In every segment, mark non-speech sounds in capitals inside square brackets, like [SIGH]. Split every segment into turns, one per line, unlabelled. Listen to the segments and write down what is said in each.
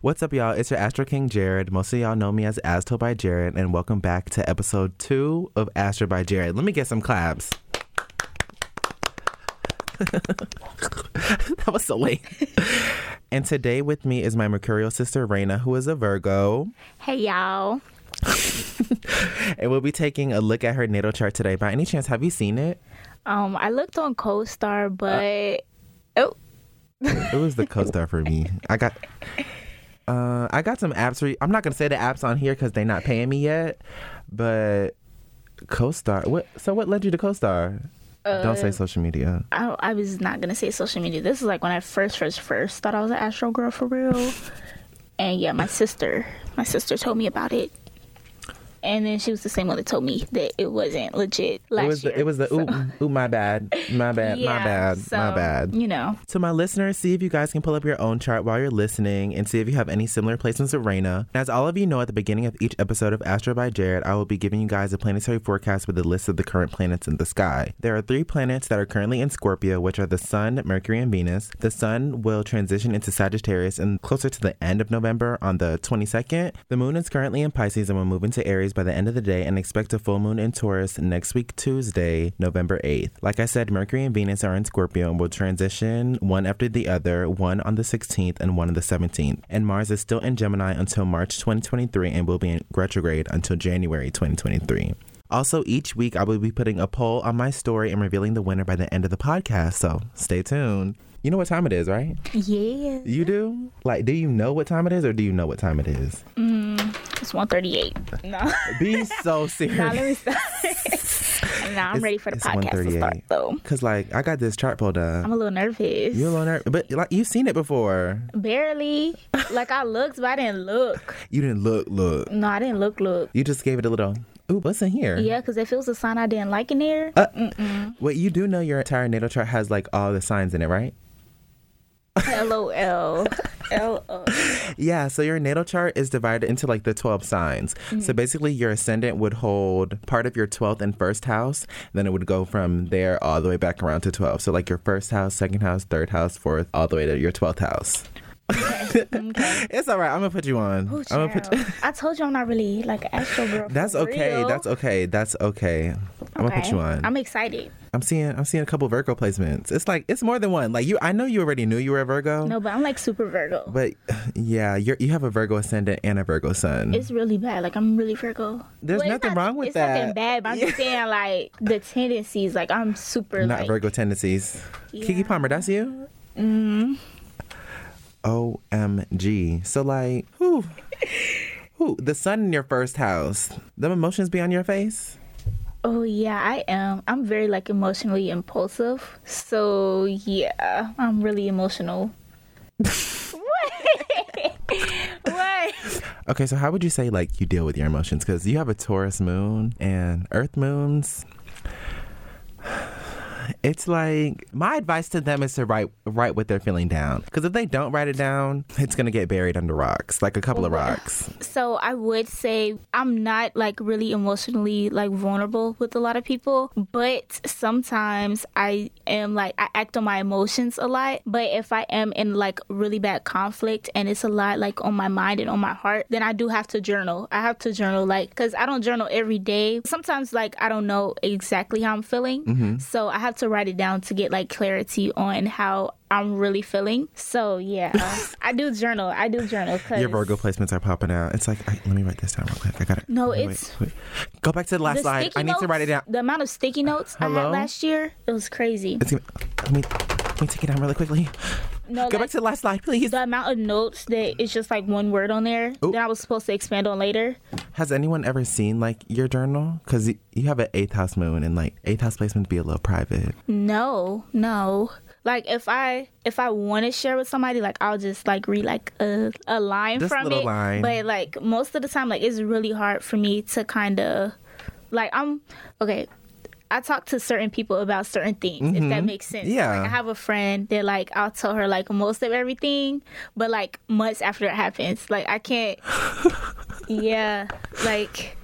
What's up, y'all? It's your Astro King Jared. Most of y'all know me as Astro by Jared, and welcome back to episode two of Astro by Jared. Let me get some claps. [LAUGHS] that was so lame. and today with me is my mercurial sister Raina, who is a Virgo.
Hey y'all.
And we'll be taking a look at her natal chart today. By any chance, have you seen it?
Um, I looked on CoStar, but oh,
It was the co-star for me. I got uh I got some apps for I'm not gonna say the apps on here because they're not paying me yet, but co-star what so what led you to co-star? Don't
Uh,
say social media.
I, I was not gonna say social media. This is like when I first, first, first thought I was an Astro girl for real.
[LAUGHS]
and yeah, my sister, my sister told me about it, and then she was the same one that told me that it wasn't legit last
It was
year.
the, it was the
So,
ooh, ooh my bad. My bad, my
yeah,
bad, my
so,
bad.
You know,
To my listeners, see if you guys can pull up your own chart while you're listening and see if you have any similar placements with Reina. As all of you know, at the beginning of each episode of Astro by Jared, I will be giving you guys a planetary forecast with a list of the current planets in the sky. There are three planets that are currently in Scorpio, which are the Sun, Mercury, and Venus. The Sun will transition into Sagittarius and closer to the end of November on the 22nd. The Moon is currently in Pisces and will move into Aries by the end of the day and expect a full moon in Taurus next week, Tuesday, November 8th. Like I said, Mercury and Venus are in Scorpio and will transition one after the other, one on the 16th and one on the 17th. And Mars is still in Gemini until March 2023 and will be in retrograde until January 2023. Also, each week I will be putting a poll on my story and revealing the winner by the end of the podcast, so stay tuned. You know what time it is, right?
yeah,
You do? Like, do you know what time it is or do you know what time it is?
it's
[LAUGHS]
one thirty-eight. No, nah,
Be so [LAUGHS] serious.
let me stop. [LAUGHS] nah, I'm ready for the
it's
podcast to start
1:38.
though.
Cause like I got this chart pulled up.
I'm a little nervous.
You're on her, but like you've seen it before.
Barely. Like I looked, but I didn't look.
You didn't look, look.
No, I didn't look, look.
You just gave it a little. Ooh, what's in here?
Yeah, because if it was a sign I didn't like in there,
Uh. Wait, you do know your entire natal chart has like all the signs in it, right? [LAUGHS]
LOL. LOL.
Yeah, so your natal chart is divided into like the 12 signs.
Mm-hmm.
So basically, your ascendant would hold part of your 12th and first house, then it would go from there all the way back around to 12. So, like your first house, second house, third house, fourth, all the way to your 12th house. [LAUGHS] it's all right. I'm going to put you on.
Ooh,
I'm going to put
child. I told you I'm not really like an astro girl. for
That's okay.
real.
That's okay. That's okay. I'm gonna put
Okay.
you on. I'm,
I'm excited.
seeing. I'm seeing a couple Virgo placements. It's like it's more than one. Like you, I know you already knew you were a Virgo,
No, but I'm like super Virgo.
but yeah, you're, you have a Virgo ascendant and a Virgo sun.
it's really bad. Like I'm really Virgo.
There's
Well, it's
nothing
not-
wrong with
it's
that.
nothing bad, but
[LAUGHS]
I'm just saying like the tendencies. Like I'm super
Not
like
Virgo tendencies. Kiki
Yeah. Mm-hmm.
Palmer, that's you. Mm. Omg. So like, who? Who? The sun in your first house. Them emotions be on your face.
Oh yeah, I am. I'm very like emotionally impulsive. So yeah, I'm
[LAUGHS]
really emotional. what? [LAUGHS] what?
Okay, so how would you say like you deal with your emotions? Because you have a Taurus moon and Earth moons. It's like my advice to them is to write write what they're feeling down. Because if they don't write it down, it's gonna get buried under rocks, like a couple of
[LAUGHS]
rocks.
So I would say I'm not like really emotionally like vulnerable with a lot of people, but sometimes I am like I act on my emotions a lot. But if I am in like really bad conflict and it's a lot like on my mind and on my heart, then I do have to journal. I have to journal like cuz I don't journal every day. Sometimes like I don't know exactly how I'm feeling. So I have to write it down to get like clarity on how I'm really feeling. So yeah, I do journal. I do journal cuz
Your Virgo placements are popping out. It's like I, let me write this down real quick. I got it.
No, it's-
wait. go back to the last
The
slide.
sticky
I need to write it down.
notes- The amount of sticky notes I
Hello?
had last year, it was crazy.
It's gonna, let me let me take it down really quickly.
No,
Go
like,
back to the last slide, please.
the amount of notes that it's just like one word on there
Oop.
that I was supposed to expand on later.
Has anyone ever seen like your journal? Because you have an eighth house moon, and like eighth house placements be a little private.
No, no. Like if I if I want to share with somebody, like I'll just like read like a, a line
Just
from
little
it.
line.
But like most of the time, like it's really hard for me to kind of like I'm okay. I talk to certain people about certain things, if that makes sense. So,
Mm-hmm. Yeah.
Like I have a friend that like I'll tell her like most of everything, but like months after it happens, like I can't. yeah, like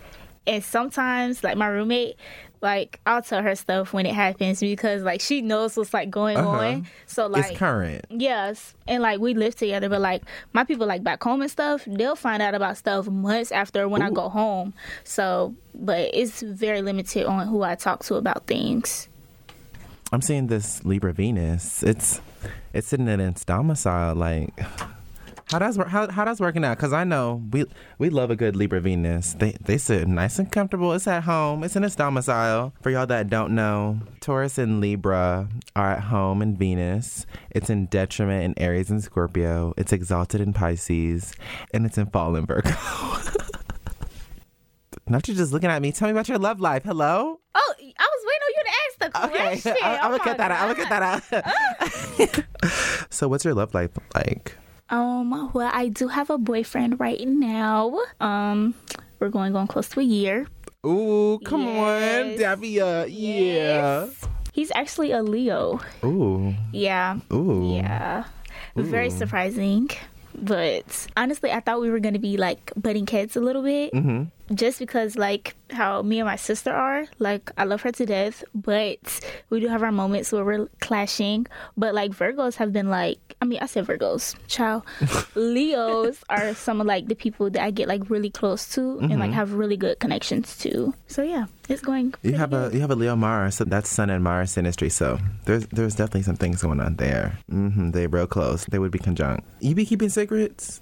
And sometimes, like my roommate, like I'll tell her stuff when it happens because like she knows what's like going
Uh-huh.
on. So like
it's current.
Yes, and like we live together, but like my people, like back home and stuff, they'll find out about stuff months after when I go home. So, but it's very limited on who I talk to about things.
I'm seeing this Libra Venus. It's it's sitting in its domicile. Like [SIGHS] how does wor- how how does working out? Because I know we we love a good Libra Venus. They they sit nice and comfortable. It's at home. It's in its domicile. For y'all that don't know, Taurus and Libra are at home in Venus. It's in detriment in Aries and Scorpio. It's exalted in Pisces, and it's in fall in Virgo. [LAUGHS] Not you just looking at me. Tell me about your love life. Hello.
Oh, I was waiting on you to ask the
Okay, [LAUGHS]
question.
I,
Oh
will look
my
at that. I'll look at
God.
that. [LAUGHS] so, what's your love life like?
Um, well, I do have a boyfriend right now. Um, we're going on close to a year.
Ooh, come
Yes.
on, Davia.
He's actually a Leo.
Yeah. Ooh,
Yeah.
ooh.
Yeah. Very surprising. But honestly, I thought we were going to be like butting heads a little bit
hmm
just because, like, how me and my sister are. Like, I love her to death, but we do have our moments where we're clashing. But, like, Virgos have been like, I mean, I said Virgos,
[LAUGHS]
child. Leos are some of like the people that I get like really close to and like have really good connections to. So, yeah, it's going.
Mm-hmm. You
pretty
have a
good.
you have a Leo Mars, so that's Sun and Mars synastry. So there's there's definitely some things going on there. hmm They real close. They would be conjunct. You be keeping secrets.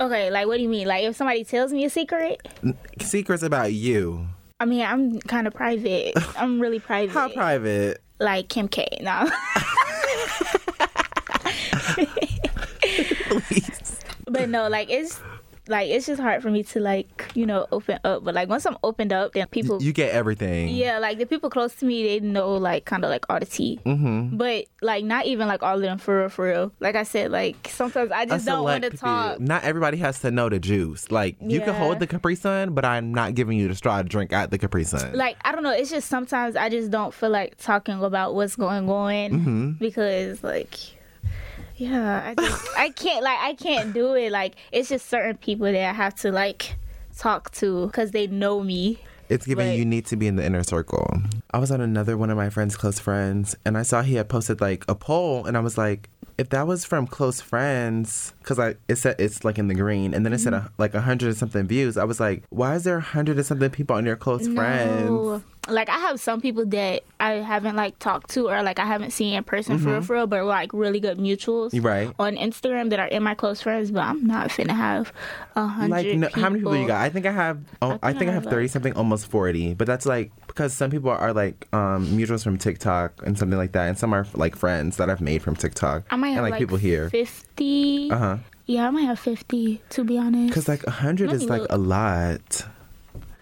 Okay, like, what do you mean? Like, if somebody tells me a secret,
N- Secrets about you.
I mean, I'm kind
[LAUGHS]
of private. I'm really private.
How private? [LAUGHS]
Like Kim K. No. [LAUGHS]
Please.
but no, like it's like it's just hard for me to like, you know, open up. But like once I'm opened up, then people
You get everything.
Yeah, like the people close to me, they know like kind of like all the tea.
Mm-hmm.
But like not even like all of them for real, for real. Like I said, like sometimes I just don't want to talk.
Not everybody has to know the juice. Like you can
Yeah.
hold the Capri Sun, but I'm not giving you the straw to drink at the Capri Sun.
Like I don't know, it's just sometimes I just don't feel like talking about what's going on
Mm-hmm.
because like yeah, I
[LAUGHS]
just I can't like I can't do it. Like it's just certain people that I have to like talk to cuz they know me.
it's giving
like-
you need to be in the inner circle. I was on another one of my friend's close friends, and I saw he had posted like a poll, and I was like, if that was from close friends, because I it said it's like in the green, and then it said
Mm-hmm.
a, like a hundred and something views. I was like, why is there a hundred and something people on your close friends?
No. Like I have some people that I haven't like talked to or like I haven't seen in person for real, for real, but we're, like really good mutuals
You Mm-hmm. Right.
on Instagram that are in my close friends, but I'm not finna have a hundred.
like no, how many people you got i think i have oh, i think i, have
like-
30 something almost 40 but that's like because some people are like um mutuals from tiktok and something like that and some are like friends that i've made from tiktok
I might have
and like, people here
50.
uh-huh
Yeah, I might have 50 to be honest.
because like 100
Let
is
me
like
look.
a lot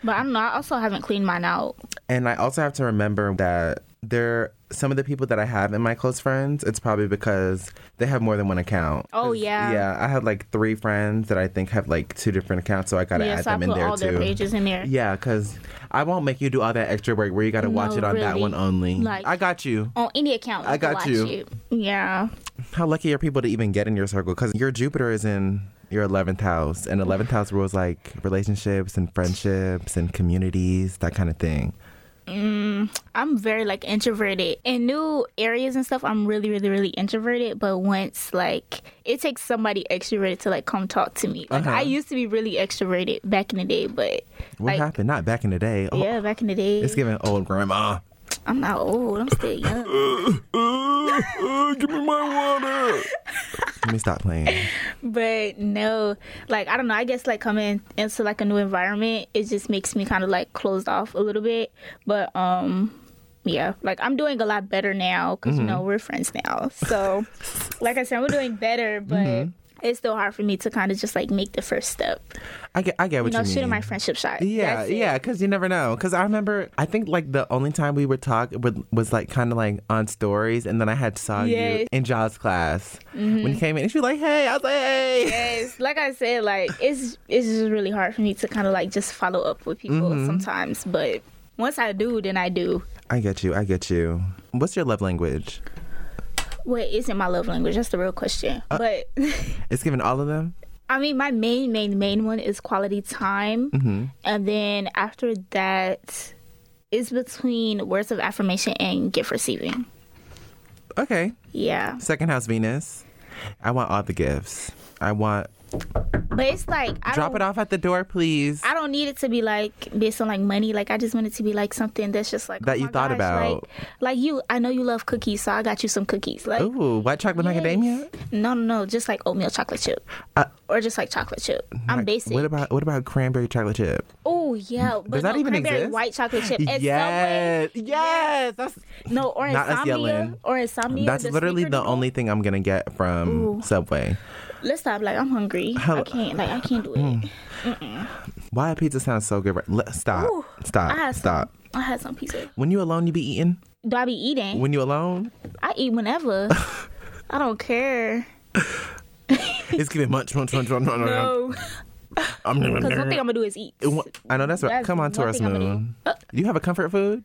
but I don't know. I also haven't cleaned mine out.
and i also have to remember that there some of the people that i have in my close friends it's probably because they have more than one account
Oh,
'Cause,
yeah.
yeah i have like three friends that i think have like two different accounts so i gotta
yeah,
add
so I
them
put
in there
all
too
their pages in there.
Yeah, because I won't make you do all that extra work where you got to watch
No,
it on that
really.
one only.
Like-
I got you.
On any account,
I
you can
got
watch
you.
it. Yeah.
How lucky are people to even get in your circle? Because your Jupiter is in your 11th house, and 11th house rules like relationships and friendships and communities, that kind of thing.
I'm very like introverted. In new areas and stuff, I'm really, really, really introverted. But once like it takes somebody extroverted to like come talk to me. Like
Uh-huh.
I used to be really extroverted back in the day, but
What
Like-
happened? Not back in the day. Oh,
yeah, back in the day,
It's giving old grandma. Uh,
I'm not old. I'm still young.
give me my
[LAUGHS]
water. Let me stop playing.
but no, like I don't know. I guess like coming into like a new environment, it just makes me kind of like closed off a little bit. But um. Yeah, like I'm doing a lot better now because you know
Mm-hmm.
we're friends
[LAUGHS]
now. So, like I said, we're doing better, but
Mm-hmm.
it's still hard for me to kind of just like make the first step.
I get, I get what
you
you
know,
mean.
shooting my friendship shot.
Yeah,
That's it.
yeah, because you never know. Because I remember, I think like the only time we would talk would, was like kind of like on stories, and then I had saw you
Yes. Mm-hmm.
in Jaws class when you came in, and she was like, "Hey," I was like, "Hey."
Yes, like I said, like it's it's just really hard for me to kind of like just follow up with people
Mm-hmm.
sometimes. But once I do, then I do.
I get you. I get you. What's your love language? Uh,
What isn't my love language? That's the real question. but [LAUGHS]
It's given all of them.
I mean, my main, main, main one is quality time.
Mm-hmm.
And then after that is between words of affirmation and gift receiving.
Okay.
Yeah.
Second house Venus. I want all the gifts. I want
But it's like I
drop
don't,
it off at the door, please.
I don't need it to be like based on like money. Like I just want it to be like something that's just like
That
oh
you
my
thought
gosh,
about.
Like, like you, I know you love cookies, so I got you some cookies. Like
Ooh, white chocolate
Yes.
macadamia.
no, no, no, just like oatmeal chocolate chip,
Uh,
or just like chocolate chip. I'm
Like,
basic.
What about what about cranberry chocolate chip?
Oh yeah, but
that
no,
even
cranberry
exist?
White chocolate chip. At
yes, yes. That's
Subway, no, or
Not us
insomnia,
yelling.
or insomnia.
that's
the
literally the
snickerdoodle.
only thing I'm gonna get from
Ooh.
Subway.
Let's stop. Like I'm hungry. I
Hello. Hmm.
can't. Like I can't do it.
Why pizza sounds so good? Right? Le- stop,
Ooh, I
stop,
had
stop.
Some, I had some pizza.
When you alone, you be eating.
Do I be eating?
When you alone,
I
[LAUGHS]
eat whenever. I don't care.
it's giving munch, munch, munch, munch, munch. munch.
No,
Um,
because one thing I'm gonna do is eat.
I know that's right.
That's
Come on,
one
Taurus
thing I'm gonna Uh.
Moon. Do you have a comfort food?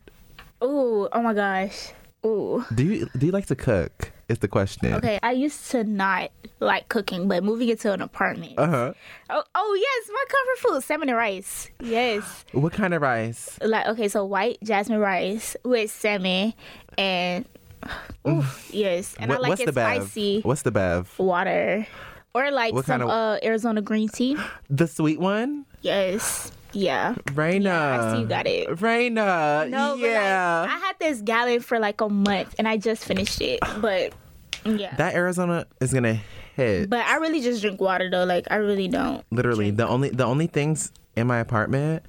Oh, oh my gosh. Ooh.
Do you do you like to cook? Is the question.
Okay, I used to not like cooking, but moving into an apartment.
Uh huh.
oh, oh yes, my comfort food: salmon and rice. Yes.
What kind of rice?
like okay, so white jasmine rice with salmon and [SIGHS] oof, yes, and
What-
I like
what's
it
the bev?
spicy
What's the bev?
water or like
What
some
kinda-
uh Arizona green tea.
The sweet one.
Yes, yeah.
Raina.
Yeah, I see you got it.
Raina.
No, but, like,
yeah.
I had this gallon for like a month and I just finished it, but yeah.
that Arizona is gonna hit.
but I really just drink water though. Like I really don't.
Literally, the only the only things in my apartment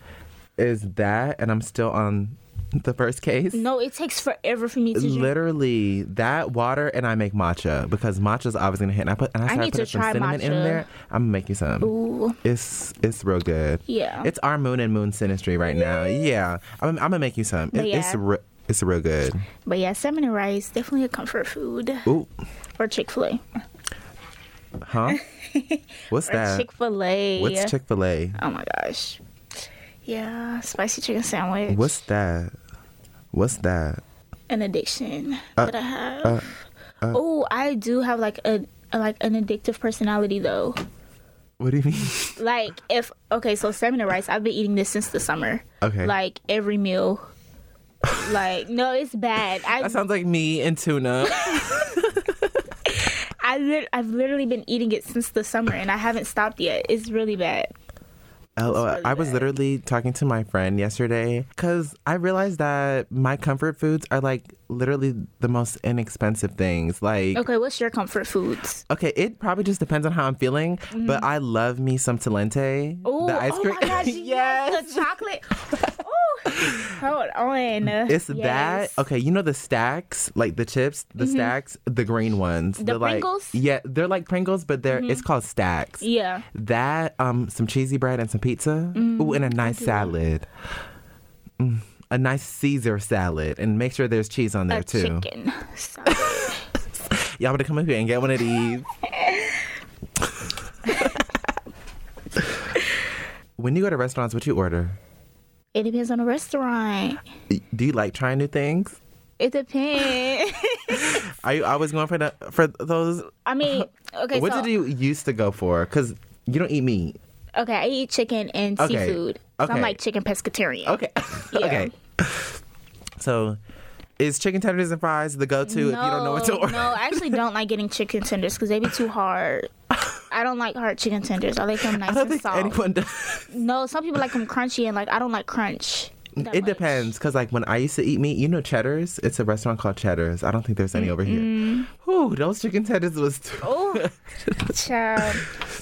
is that, and I'm still on the first case.
No, it takes forever for me to drink.
Literally, that water, and I make matcha because matcha's always gonna hit. And I put and I started
need to
putting some
try
cinnamon in
matcha.
there. I'm gonna make you some.
Ooh,
It's it's real good.
yeah.
It's our moon and moon synastry right now. Yeah, I'm, I'm gonna make you some. It,
But
It's
yeah.
re- it's real good.
but yeah, salmon and rice definitely a comfort food.
Ooh,
Or Chick Fil A. [LAUGHS]
huh? What's
Or
that?
Chick Fil A.
What's Chick Fil A?
Oh my gosh. Yeah, spicy chicken sandwich.
What's that? What's that?
an addiction
Uh,
that I have? oh, I do have like a like an addictive personality though.
What do you mean? [LAUGHS]
Like if okay, so salmon and rice. I've been eating this since the summer.
Okay.
Like every meal. like no,
[LAUGHS]
it's bad. I
That sounds like me and tuna.
I lit I've literally been eating it since the summer and I haven't stopped yet. It's really bad.
LOL. Oh,
really
I was
bad.
literally talking to my friend yesterday because I realized that my comfort foods are like literally the most inexpensive things. Like, okay,
Okay, what's your comfort foods?
it probably just depends on how I'm feeling, but I love me some Talente,
Mm-hmm. Ooh,
the ice cream. [LAUGHS]
Oh my gosh, yes,
yes. [LAUGHS]
the chocolate. Ooh, hold on.
It's
Yes. Mm-hmm.
that uh, okay? You know the stacks, like the chips, the stacks, the green ones. The
Pringles? Mm-hmm.
Like, yeah, they're like Pringles, but they're it's called stacks.
Yeah.
That um, some cheesy bread and some pizza.
Mm,
Ooh, and a nice salad. Mm, a nice Caesar salad, and make sure there's cheese on there
A
too.
chicken. salad.
Y'all better come up here and get one of
[LAUGHS]
these. when you go to restaurants, what you order?
it depends on the restaurant.
Do you like trying new things?
It depends. [LAUGHS]
Are you always going for the for those
I mean, okay.
what
so,
did you used to go for? Because you don't eat meat.
Okay, I eat chicken and
Okay,
seafood. So I'm
okay.
like chicken pescatarian.
Okay. [LAUGHS] okay. So, is chicken tenders and fries the go-to if you don't know what to order?
No, I actually don't like getting chicken tenders because they be
[LAUGHS]
too hard. I don't like hard chicken tenders. I like them nice
I don't
and
think
soft.
anyone does.
No, some people like them crunchy and like I don't like crunch. that
It
much.
depends, because like when I used to eat meat, you know Cheddar's. It's a restaurant called Cheddar's. I don't think there's any over here. Whew, those chicken tenders was. Too- [LAUGHS]
Oh, child.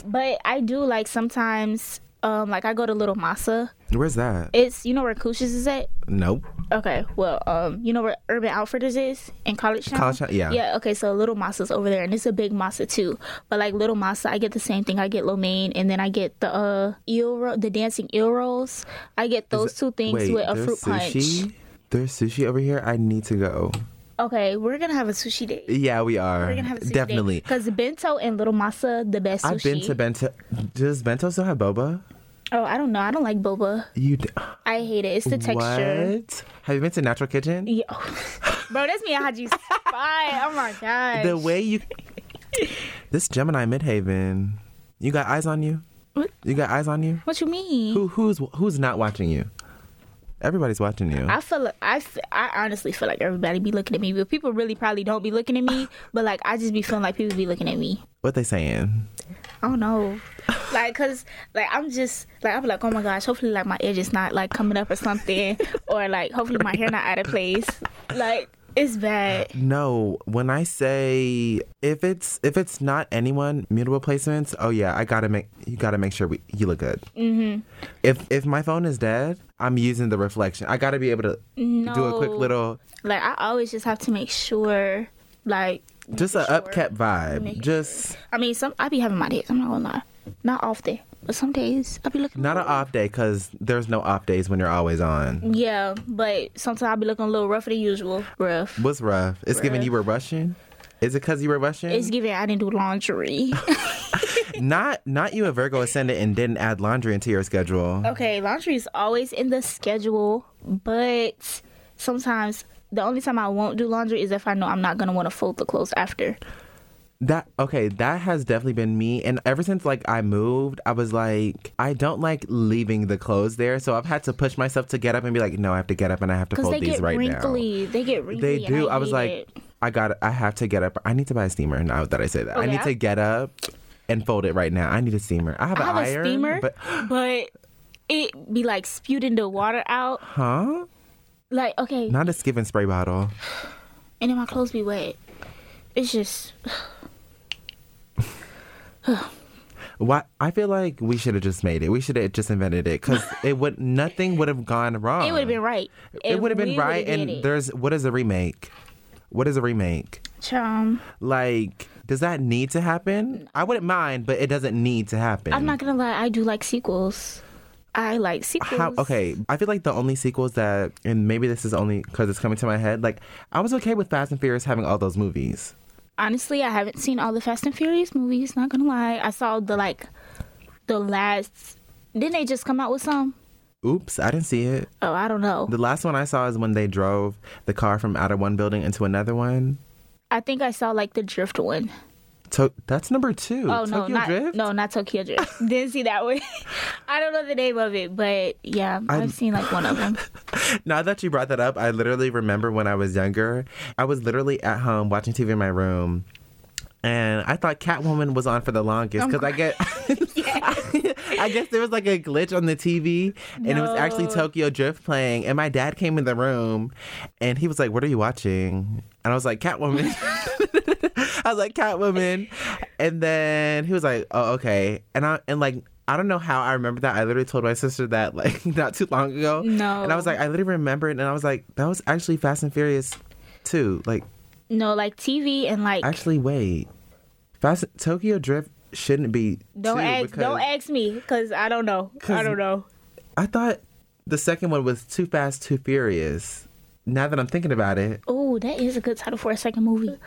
But I do like sometimes, um, like I go to Little Massa.
Where's that?
It's you know where Kush's is at.
nope.
Okay, well, um, you know where Urban Outfitters is in College Town.
College Town, yeah.
Yeah. Okay, so Little Massa's over there, and it's a big masa too. But like Little Masa, I get the same thing. I get lo mein, and then I get the uh eel, ro- the dancing eel rolls. I get those two things
Wait,
with a
there's
fruit
sushi.
punch.
There's sushi over here. I need to go.
Okay, we're gonna have a sushi day.
Yeah, we are.
We're gonna have a sushi
Definitely.
because bento and Little Masa the best sushi.
I've been to bento. Does bento still have boba?
Oh, I don't know. I don't like boba.
You. D-
I hate it. It's the texture.
What? Have you been to Natural Kitchen?
Yo. [LAUGHS] Bro, that's me. How'd you spy?
[LAUGHS]
Oh my god. [LAUGHS]
The way you. this Gemini Midhaven. You got eyes on you?
What?
You got eyes on you?
What you mean?
Who who's who's not watching you? Everybody's watching you.
I feel like I, f- I honestly feel like everybody be looking at me, but people really probably don't be looking at me. But like I just be feeling like people be looking at me.
what they saying?
I don't know, like cause like I'm just like I'm like oh my gosh, hopefully like my edge is not like coming up or something, [LAUGHS] or like hopefully my hair not out of place. Like it's bad.
No, when I say if it's if it's not anyone mutable placements, oh yeah, I gotta make you gotta make sure we, you look good. Mm-hmm. If if my phone is dead, I'm using the reflection. I gotta be able to do a quick
No.
little
Like I always just have to make sure. Like
just a
sure.
upkept vibe.
Make
just
I mean, some I be having my days. I'm not gonna lie, not often, but some days I be looking.
not an off day because there's no off days when you're always on.
Yeah, but sometimes I be looking a little rougher than usual. Rough.
What's rough? It's given
Rough.
you were rushing. Is it because you were rushing?
It's giving I didn't
[LAUGHS]
do laundry.
not not you a Virgo ascendant and didn't add laundry into your schedule.
okay, laundry is always in the schedule, but sometimes the only time I won't do laundry is if I know I'm not gonna want to fold the clothes after.
That okay, that has definitely been me. And ever since like I moved, I was like, I don't like leaving the clothes there. So I've had to push myself to get up and be like, no, I have to get up and I have to
Cause
fold
they
these
get,
right now.
wrinkly. They get wrinkly.
They
and
do. I, was
hate
like,
it.
I got I have to get up. I need to buy a steamer now that I say that. I
Okay,
need
I-
to get up and fold it right now. I need a steamer. I have
I
an
have a
iron.
steamer,
But
but it be like spewing the water out.
huh?
Like okay,
Not a skip and spray bottle.
and then my clothes be wet. It's just
Why? I feel like we should have just made it. We should have just invented it
[LAUGHS]
because it would nothing would have gone wrong.
it would have been right.
It would have been right. And
there.
there's what is a remake? What is a remake?
Chum.
Like, does that need to happen? I wouldn't mind, but it doesn't need to happen.
I'm not gonna lie, I do like sequels. I like sequels.
How, okay, I feel like the only sequels that, and maybe this is only because it's coming to my head. Like, I was okay with Fast and Furious having all those movies.
Honestly, I haven't seen all the Fast and Furious movies. Not gonna lie, I saw the like the last. Didn't they just come out with some?
Oops, I didn't see it.
Oh, I don't know.
The last one I saw is when they drove the car from out of one building into another one.
I think I saw like the Drift one.
To- that's number two.
Oh no,
Tokyo
not
Drift?
no, not Tokyo Drift. [LAUGHS] Didn't see that one. I don't know the name of it, but yeah, i
I'm-
have seen like one of
[LAUGHS]
them.
Now that you brought that up, I literally remember when I was younger, I was literally at home watching TV in my room. And I thought Catwoman was on for the
Oh,
longest because I get, [LAUGHS]
[LAUGHS]
I guess there was like a glitch on the TV, and it was actually
No.
Tokyo Drift playing. And my dad came in the room, and he was like, "What are you watching?" And I was like,
[LAUGHS]
"Catwoman." [LAUGHS] I was like, "Catwoman," and then he was like, "Oh, okay." And I and like I don't know how I remember that. I literally told my sister that like [LAUGHS] not too long ago.
No.
and I was like, I literally remembered, and I was like, that was actually Fast and Furious, too. Like,
No, like TV and like
actually, wait, Fast Tokyo Drift shouldn't be.
don't
two,
ask don't
because
ask me because I don't know. I
'Cause-
don't know.
I thought the second one was Too Fast, Too Furious. Now that I'm thinking about it,
Oh, that is a good title for a second movie.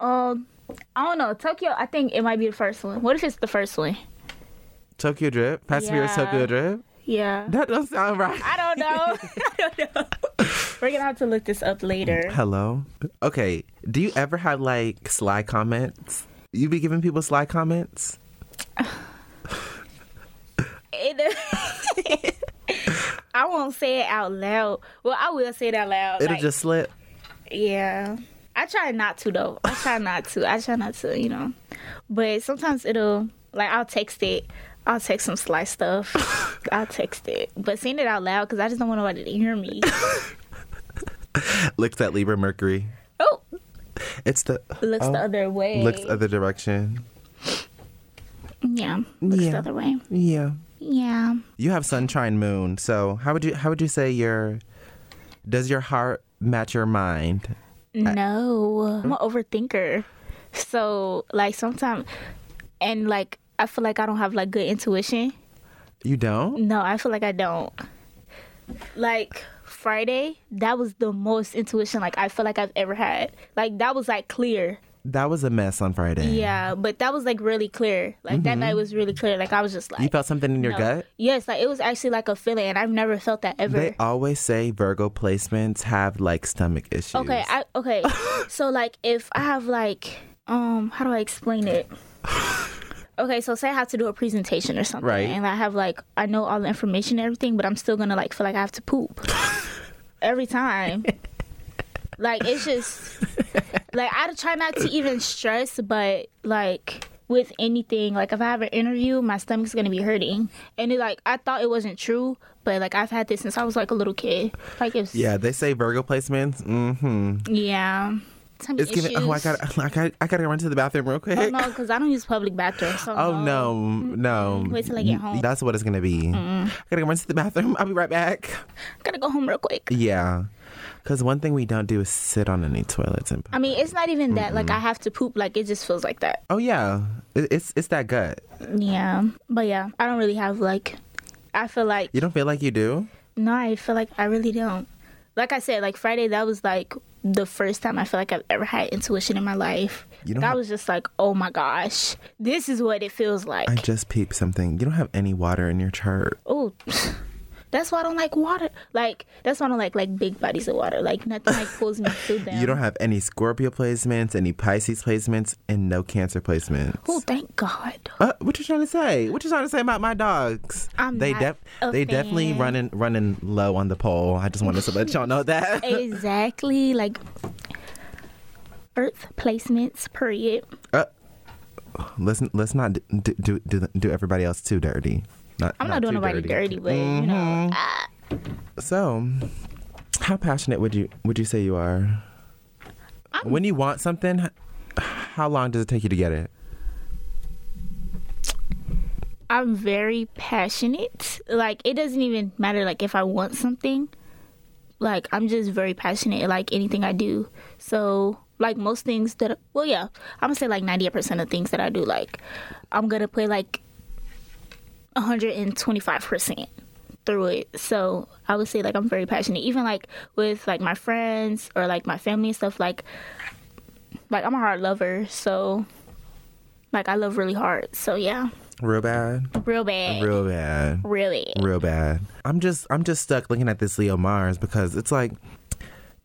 Um, I don't know. Tokyo, I think it might be the first one. What if it's the first one?
Tokyo Drift, Fast and Furious,
Yeah.
Tokyo Drift.
Yeah.
That don't sound right.
I don't know. [LAUGHS] I don't know. We're gonna have to look this up later.
Hello. Okay. Do you ever have like sly comments? You be giving people sly comments?
It- [LAUGHS] I won't say it out loud. Well, I will say it out loud.
It'll
like,
just slip.
yeah. I try not to though. I try not to. I try not to. You know. But sometimes it'll like I'll text it. I'll text some
[LAUGHS]
sly stuff. I'll text it, but saying it out loud because I just don't want nobody to hear me.
Looks at Libra Mercury.
Oh,
It's the
looks the other way.
Oh. looks other direction.
yeah, looks
Yeah.
the other way.
Yeah.
Yeah.
You have sun trine moon. So how would you how would you say your does your heart match your mind?
No, I'm an overthinker. So like sometimes, and like I feel like I don't have like good intuition.
You don't?
No, I feel like I don't. Like Friday, that was the most intuition like I feel like I've ever had. Like that was like clear.
That was a mess on Friday.
Yeah, but that was like really clear. Like that night was really clear. Like I was just like
Mm-hmm. You felt something in your
no.
gut?
Yes, like it was actually like a feeling, and I've never felt that ever.
They always say Virgo placements have like stomach issues.
Okay, I
[LAUGHS]
okay. so like if I have like um how do I explain it? okay, so say I have to do a presentation or something,
Right.
and I have like I know all the information and everything, but I'm still gonna like feel like I have
[LAUGHS]
to poop every time. like it's just like I try not to even stress, but like with anything, like if I have an interview, my stomach's gonna be hurting, and it like I thought it wasn't true, but like I've had this since I was like a little kid. Like it's
Yeah, they say Virgo placements. Mm-hmm.
yeah. Tummy
It's giving. Oh, I
issues.
got. [LAUGHS] I got. I got to run to the bathroom real quick.
Oh,
[LAUGHS]
no, because I don't use public bathrooms. So
Oh no, no.
Wait till I get home.
That's what it's gonna be. I gotta go run to the bathroom. [LAUGHS] I'll be right back.
Gotta go home real quick.
Yeah, because one thing we don't do is sit on any toilets and.
I mean, it's not even that. Like, I have to poop. Like, it just feels like that.
oh yeah, It- it's it's that gut.
Yeah. But yeah, I don't really have, like, I feel like,
You don't feel like you do.
no, I feel like I really don't. Like I said, like, Friday, that was like the first time I feel like I've ever had intuition in my life.
You don't
that
have-
was just like, oh my gosh, this is what it feels like.
I just peeped something. You don't have any water in your chart.
oh that's why i don't like water like that's why i don't like like big bodies of water like nothing like
[LAUGHS]
pulls me to them
You don't have any Scorpio placements, any Pisces placements, and no Cancer placements.
oh thank god
Uh, what you trying to say? What you trying to say about my dogs?
I'm
they
not a
they definitely
fan.
running running low on the pole. I just wanted to let y'all know
[LAUGHS]
that.
exactly like earth placements period
Uh, let's let's not d- d- do do do everybody else too dirty. Not,
i'm not, doing
too
nobody dirty, but you know ah,
So, how passionate would you would you say you are? when you want something, h- how long does it take you to get it?
i'm very passionate like it doesn't even matter like if i want something like i'm just very passionate like anything i do so like most things that well yeah i'm gonna say like 90% of things that i do like i'm gonna put like 125% through it so i would say like i'm very passionate even like with like my friends or like my family and stuff like like i'm a hard lover so like i love really hard so yeah
Real bad,
real bad
real bad.
really
[LAUGHS] real bad. I'm just I'm just stuck looking at this Leo Mars because it's like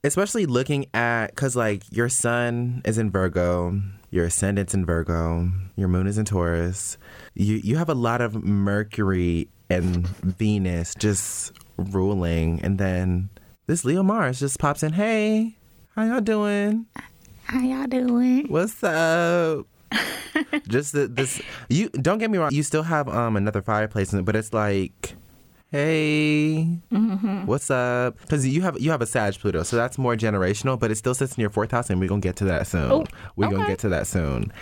especially looking at cuz like your sun is in Virgo, your ascendant's in Virgo, your moon is in Taurus. You you have a lot of Mercury and Venus just ruling and then this Leo Mars just pops in, "Hey, how y'all doing?
how y'all doing
What's
[LAUGHS]
up?" just the, this you don't get me wrong you still have um another fireplace in it, but it's like hey
Mm-hmm.
what's up because you have you have a sag pluto so that's more generational but it still sits in your fourth house and we're gonna get to that soon
Oh,
we're gonna
okay.
get to that soon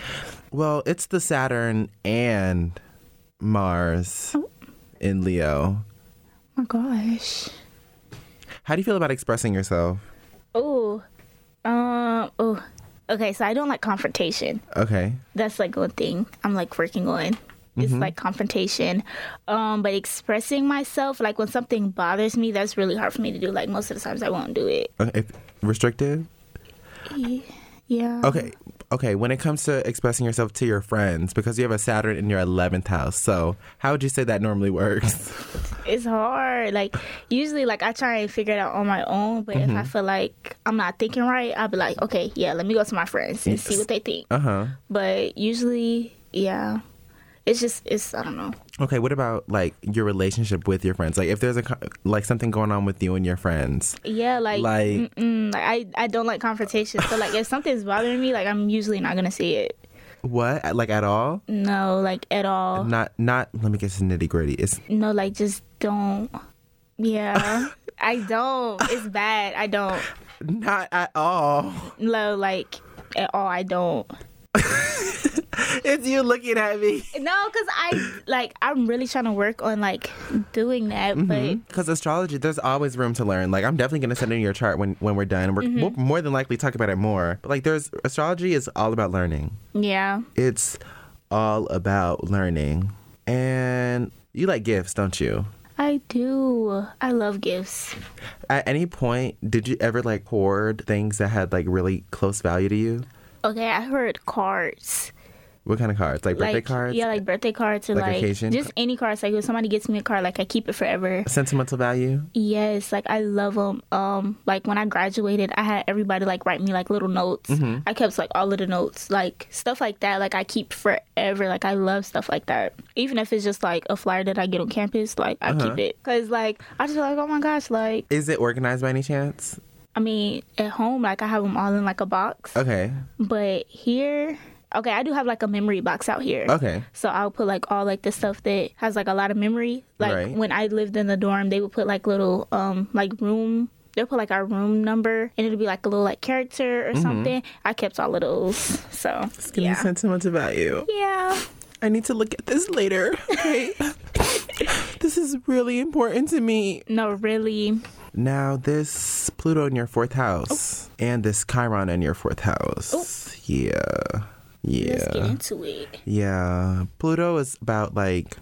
well it's the saturn and mars in leo
oh my gosh
how do you feel about expressing yourself
oh um oh okay so i don't like confrontation
okay
that's like one thing I'm like working on. It's
Mm-hmm.
like confrontation. Um, but expressing myself, like when something bothers me, that's really hard for me to do. Like most of the times I won't do it.
okay if- restrictive
Yeah.
Okay. Okay, when it comes to expressing yourself to your friends, because you have a Saturn in your 11th house, so how would you say that normally works? [LAUGHS]
It's hard. Like usually like I try and figure it out on my own, but if
Mm-hmm.
I feel like I'm not thinking right, I'll be like, Okay, yeah, let me go to my friends and see what they think.
Uh huh.
But usually, yeah. It's just it's I don't know.
Okay, what about like your relationship with your friends? Like, if there's a co- like something going on with you and your friends,
Yeah, like
like
mm, like I, I don't like confrontation. So like if something's bothering me, like I'm usually not gonna say it.
what? Like at all?
No, like at all.
Not not. Let me get to nitty gritty. It's
No, like just don't. Yeah, I don't. It's bad. I don't.
not at all. [LAUGHS]
No, like at all. I don't.
It's you looking at me.
No, cause I like I'm really trying to work on like doing that, but
Because astrology, there's always room to learn. Like, I'm definitely going to send in your chart when, when we're done. We're, We'll
Mm-hmm.
more than likely talk about it more. But, like, there's astrology is all about learning.
yeah.
it's all about learning. And you like gifts, don't you?
I do. I love gifts.
At any point, did you ever like hoard things that had like really close value to you?
Okay, I heard cards.
What kind of cards? Like birthday
like
cards?
yeah, like birthday cards or
Like
like,
occasion?
just any cards. Like if somebody gets me a card, like I keep it forever.
Sentimental value?
Yes, like I love them. Um, like when I graduated, I had everybody like write me like little notes.
Mm-hmm.
I kept like all of the notes, like stuff like that. Like I keep forever. Like I love stuff like that. Even if it's just like a flyer that I get on campus, like I
Uh-huh.
keep it because like I just feel like oh my gosh, like
Is it organized by any chance?
I mean at home, like I have them all in like a box,
Okay.
but here, okay, I do have like a memory box out here.
Okay.
So I'll put like all like the stuff that has like a lot of memory. Like
Right.
when I lived in the dorm, they would put like little um like room. They'll put like our room number, and it'll be like a little like character or
Mm-hmm.
something. I kept all of those. So
Give me
yeah,
sentimental value.
yeah.
I need to look at this later. Okay. [LAUGHS] this is really important to me.
No, really.
Now, this Pluto in your fourth house
Oh.
and this Chiron in your fourth house. Yeah.
Let's get
Yeah.
into it.
Yeah. Pluto is about like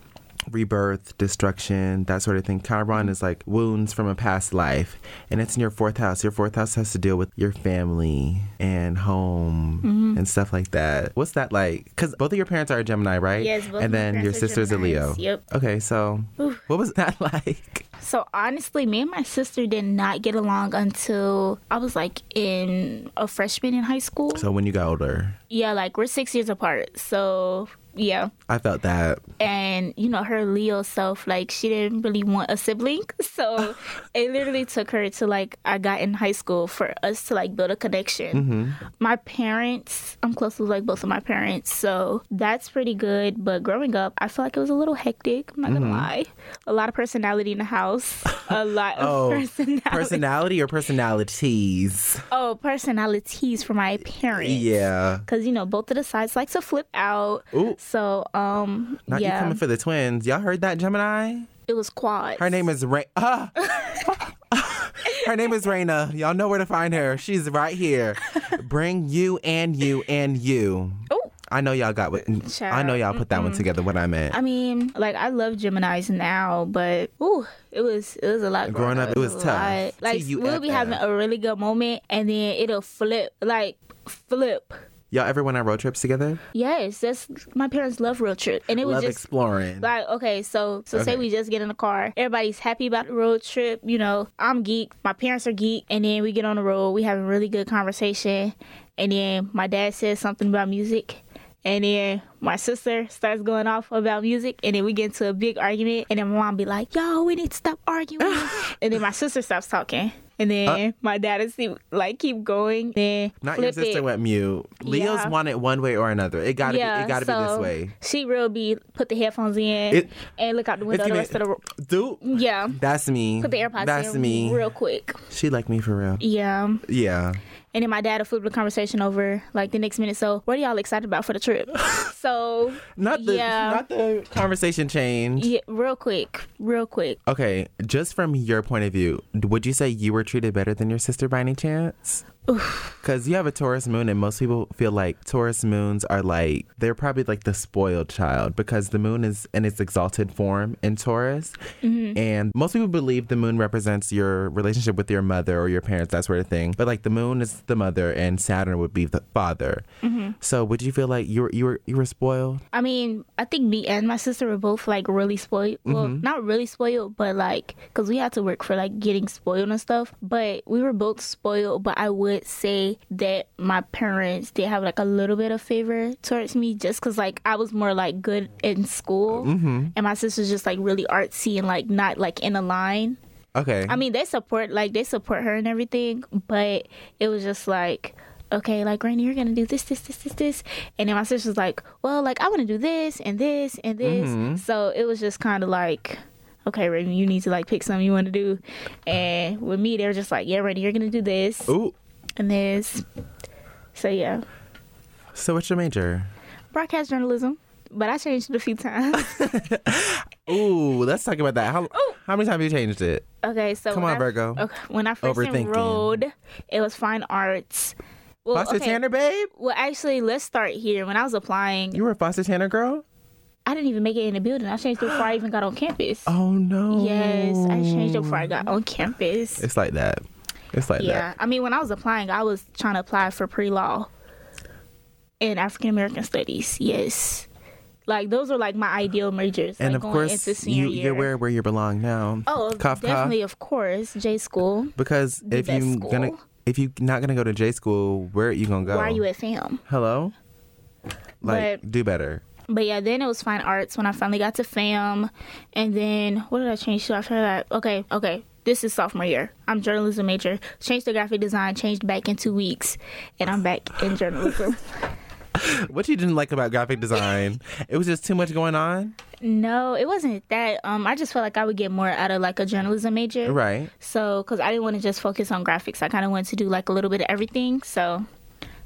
rebirth, destruction, that sort of thing. Chiron is like wounds from a past life. And it's in your fourth house. Your fourth house has to deal with your family and home
Mm-hmm.
and stuff like that. What's that like? Because both of your parents are a Gemini, right?
Yes, both of
And
my
then your
parents are
sister's a Leo.
Geminis. Yep.
Okay, so what was [LAUGHS] that like?
So honestly, me and my sister did not get along until I was like in a freshman in high school.
So when you got older,
yeah, like we're six years apart. So yeah.
I felt that.
and you know her leo self like she didn't really want a sibling [LAUGHS] so it literally took her to like i got in high school for us to like build a connection
Mm-hmm.
my parents i'm close with like both of my parents so that's pretty good but growing up i feel like it was a little hectic i'm not
Mm-hmm.
gonna lie a lot of personality in
[LAUGHS]
the house a lot
Oh,
of personality
Personality or personalities?
[LAUGHS] oh personalities for my parents
Yeah.
Cause you know both of the sides like to flip out,
Ooh.
so um
Not you
yeah,
coming for the twins. Y'all heard that, Gemini?
it was
[LAUGHS]
quad.
Her name is Ray. Ah! her name is Raina. Y'all know where to find her. She's right here. Bring you and you and you.
Oh,
I know y'all got what. I know y'all put that one together. What I meant.
I mean, like I love Gemini's now, but ooh, it was it was a lot.
Growing up, it was
a
tough.
lot. Like we'll be
TUFF.
having a really good moment, and then it'll flip, like flip.
Y'all ever went on road trips together?
Yes, that's my parents love road trip, and it was
Love
just.
exploring.
Like okay, so so
Okay.
say we just get in the car. Everybody's happy about the road trip. You know, I'm geek. My parents are geek, and then we get on the road. We have a really good conversation, and then my dad says something about music, and then my sister starts going off about music, and then we get into a big argument, and then my mom be like, "Yo, we need to stop
[LAUGHS]
arguing," and then my sister stops talking. And then my dad is like keep going. Then
Uh. Not your
flip
sister
it.
went mute. Leo's
Yeah.
want it one way or another. It gotta be.
Yeah,
It gotta be
so
this way.
She real be put the headphones in
It-
and look out the window
Excuse
the
me.
rest of the
Dude,
yeah.
that's me.
Put the AirPods
That's
in
me.
real quick.
She like me for real.
Yeah. And
Yeah.
then my dad will flip the conversation over like the next minute. So, what are y'all excited about for
[LAUGHS]
the trip? so,
Not the
Yeah.
not the conversation change.
yeah, real quick, real quick.
Okay, just from your point of view, would you say you were treated better than your sister by any chance? Because you have a Taurus moon, and most people feel like Taurus moons are like, they're probably like the spoiled child because the moon is in its exalted form in Taurus. And most people believe the moon represents your relationship with your mother or your parents, that sort of thing. But like the moon is the mother, and Saturn would be the father. So would you feel like you were, you were, you were spoiled?
I mean, I think me and my sister were both like really spoiled. Well, not really spoiled, but like, because we had to work for like getting spoiled and stuff. But we were both spoiled. But I would say that my parents did have like a little bit of favor towards me just because like I was more like good in school. And my sister's just like really artsy and like not like in a line.
Okay.
I mean, they support like they support her and everything, but it was just like, okay, like Rainy, you're gonna do this, this, this, this, this, and then my sister's like, well, like I want to do this and this and this,
Mm-hmm.
so it was just kind of like. Okay, Rainy, you need to like pick something you want to do. And with me, they were just like, yeah, Rainy, you're going to do this
Ooh.
and this. So, yeah,
So what's your major?
broadcast journalism. But I changed it a
[LAUGHS]
few times.
Ooh, let's talk about that. How,
Oh.
how many times you changed it?
okay, so.
Come
when
on,
I-
Virgo.
Okay, when I first
Overthinking.
enrolled, it was fine arts. Well,
Foster
okay.
Tanner, babe?
Well, actually, let's start here. When I was applying,
You were a Foster Tanner girl?
I didn't even make it in the building. I changed it before I even got on campus.
Oh, no.
Yes, I changed it before I got on campus.
It's like that. It's like
Yeah, I mean, when I was applying, I was trying to apply for pre law. and African American Studies. Yes. Like those are like my ideal majors.
And
like,
of
going into
course,
senior
you,
year.
you're where, where you belong now.
Oh,
Cough, cough.
definitely, of course, J school.
Because
the
if
best
you gonna
school.
if you not gonna go to J school, where are you gonna go?
Why are you at FAM?
Hello? Like
But-
do better.
But yeah, then it was fine arts when I finally got to FAM, and then what did I change to after that? Okay, okay. This is sophomore year. I'm journalism major. Changed to graphic design. Changed back in two weeks, and I'm back in [LAUGHS] journalism.
What you didn't like about graphic
[LAUGHS]
design? it was just too much going on.
no, it wasn't that. Um, I just felt like I would get more out of like a journalism major.
Right.
So, because I didn't want to just focus on graphics, I kind of wanted to do like a little bit of everything. So,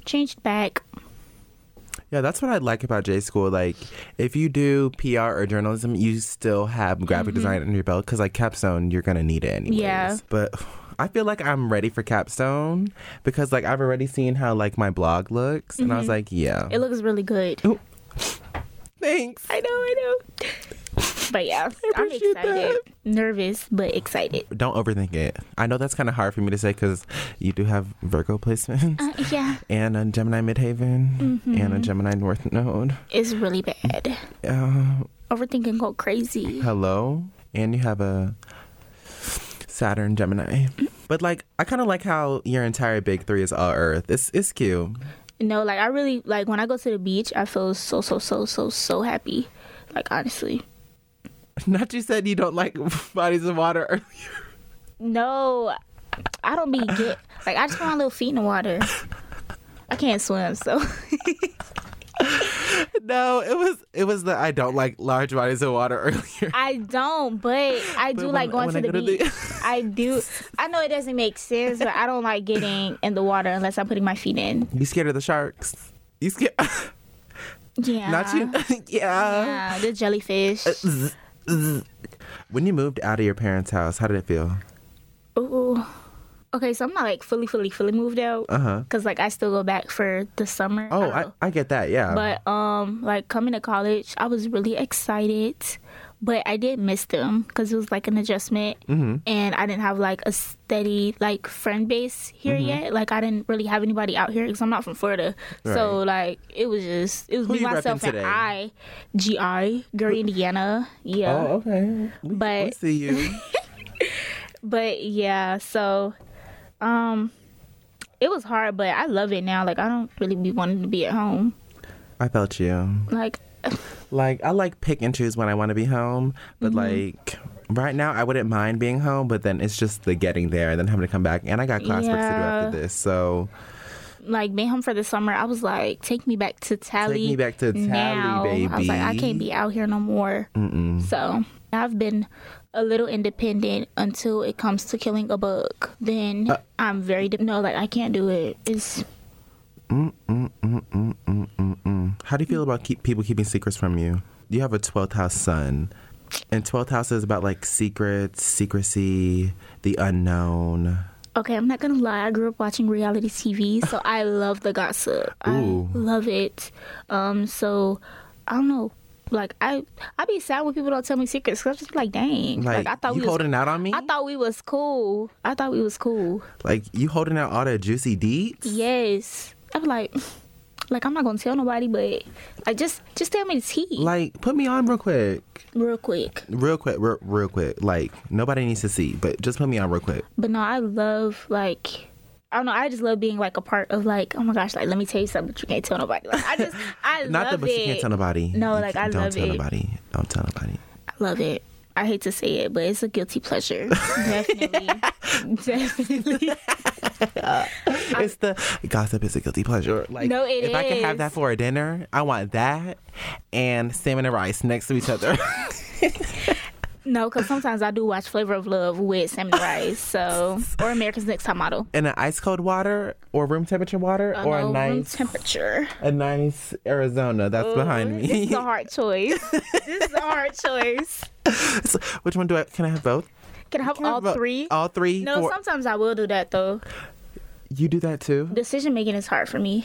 changed back.
Yeah, that's what I like about J school. Like, if you do PR or journalism, you still have graphic design under your belt because, like, capstone, you're gonna need it anyways.
Mm-hmm. Yeah.
But [SIGHS] I feel like I'm ready for capstone because, like, I've already seen how like my blog looks, and I was like, yeah,
Mm-hmm. It looks really good.
thanks.
I know, I know. But yeah, I'm
appreciate
excited. Nervous, but excited.
Don't overthink it. I know that's kind of hard for me to say because you do have Virgo placements
Uh, Mm-hmm. yeah,
and a Gemini midhaven and a Gemini north node.
it's really bad.
Uh,
Overthinking go crazy.
Hello, and you have a Saturn Gemini. But like, I kind of like how your entire big three is all Earth. It's it's cute. [LAUGHS]
No, like I really like when I go to the beach, I feel so so so so so happy. Like honestly.
Not you said you don't like [LAUGHS] bodies of water earlier. [LAUGHS]
No, I don't be get like I just want my little feet in the water. I can't swim, so [LAUGHS]
No, it was it was the I don't like large bodies of water [LAUGHS] earlier.
I don't. But I do
But
like
when- when
going to
I go
the
to the-
beach. I do. I know it doesn't make sense, but I don't like getting in the water unless I'm putting my feet in.
You scared of the sharks? You scared? [LAUGHS]
Yeah,
Not you?
Uh-huh.
[LAUGHS]
[LAUGHS]
Uh, yeah.
Yeah, the jellyfish.
When you moved out of your parents' house, how did it feel?
Ooh. Okay, so I'm not like fully, fully, fully moved out.
Uh huh.
Cause like I still go back for the summer.
Oh,
I
I,
don't
I get that. Yeah.
know. but um, like coming to college, I was really excited, but I did miss them because it was like an adjustment,
Mm-hmm.
and I didn't have like a steady like friend base here
Mm-hmm.
yet. Like I didn't really have anybody out here because I'm not from Florida, so like it was just it was
Who
me
you repping
myself and
today?
I, GI, Gary, Indiana, yeah.
oh, okay. We- we
uh, but-
see you.
[LAUGHS] but yeah so um it was hard but i love it now like i don't really be wanting to be at home
I felt you.
like [SIGHS]
Like I like pick and choose when I want to be home, but
Mm-hmm.
like right now I wouldn't mind being home, but then it's just the getting there and then having to come back. And I got class work to do
Yeah.
after this, so
like being home for the summer i was like take me back to tally
take me back to Tally,
now
baby.
i was like i can't be out here no more so i've been a little independent until it comes to killing a bug then
Uh,
i'm very de- no like i can't do it it's
How do you feel about keep people keeping secrets from you? You have a twelfth house son, and twelfth house is about like secrets, secrecy, the unknown.
Okay, I'm not gonna lie. I grew up watching reality TV, so
[LAUGHS]
I love the gossip.
Ooh.
I love it. Um, so I don't know. Like I, I be sad when people don't tell me secrets. Cause I'm just like, dang.
Like,
Like, I thought
you
we was,
holding out on me.
I thought we was cool. I thought we was cool.
like you holding out all the juicy deeds.
Yes. I'm like, [SIGHS] like I'm not gonna tell nobody, but like just, just tell me the tea
Like put me on real quick.
real quick.
real quick, real, real quick. Like nobody needs to see, but just put me on real quick.
But no, I love like I don't know. I just love being like a part of like oh my gosh, like let me tell you something, but you can't tell nobody. Like
[LAUGHS]
I just I
Not
love
that, but
it.
you can't tell nobody.
No,
You
like,
can't-
I
don't
love
tell
it.
nobody. Don't tell nobody.
I love it. I hate to say it, but it's a guilty
[LAUGHS]
pleasure. Definitely, definitely.
it's the gossip is a guilty pleasure. Like
No, it
if I could have
is.
that for a dinner, I want that and salmon and rice next to each other. [LAUGHS]
No, because sometimes I do watch Flavor of Love with Salmon Rice,
[LAUGHS]
so or America's Next Top Model.
and an ice cold water or room temperature water or a
No, room
nice [LAUGHS]
temperature.
a nice Arizona that's
Oh,
behind
This is
me.
a hard choice. this is a hard choice.
[LAUGHS] So, Which one do I can I have both?
Can I have
I
all
have bo-
three?
All three?
no,
four-
sometimes I will do that though.
you do that too?
decision making is hard for me.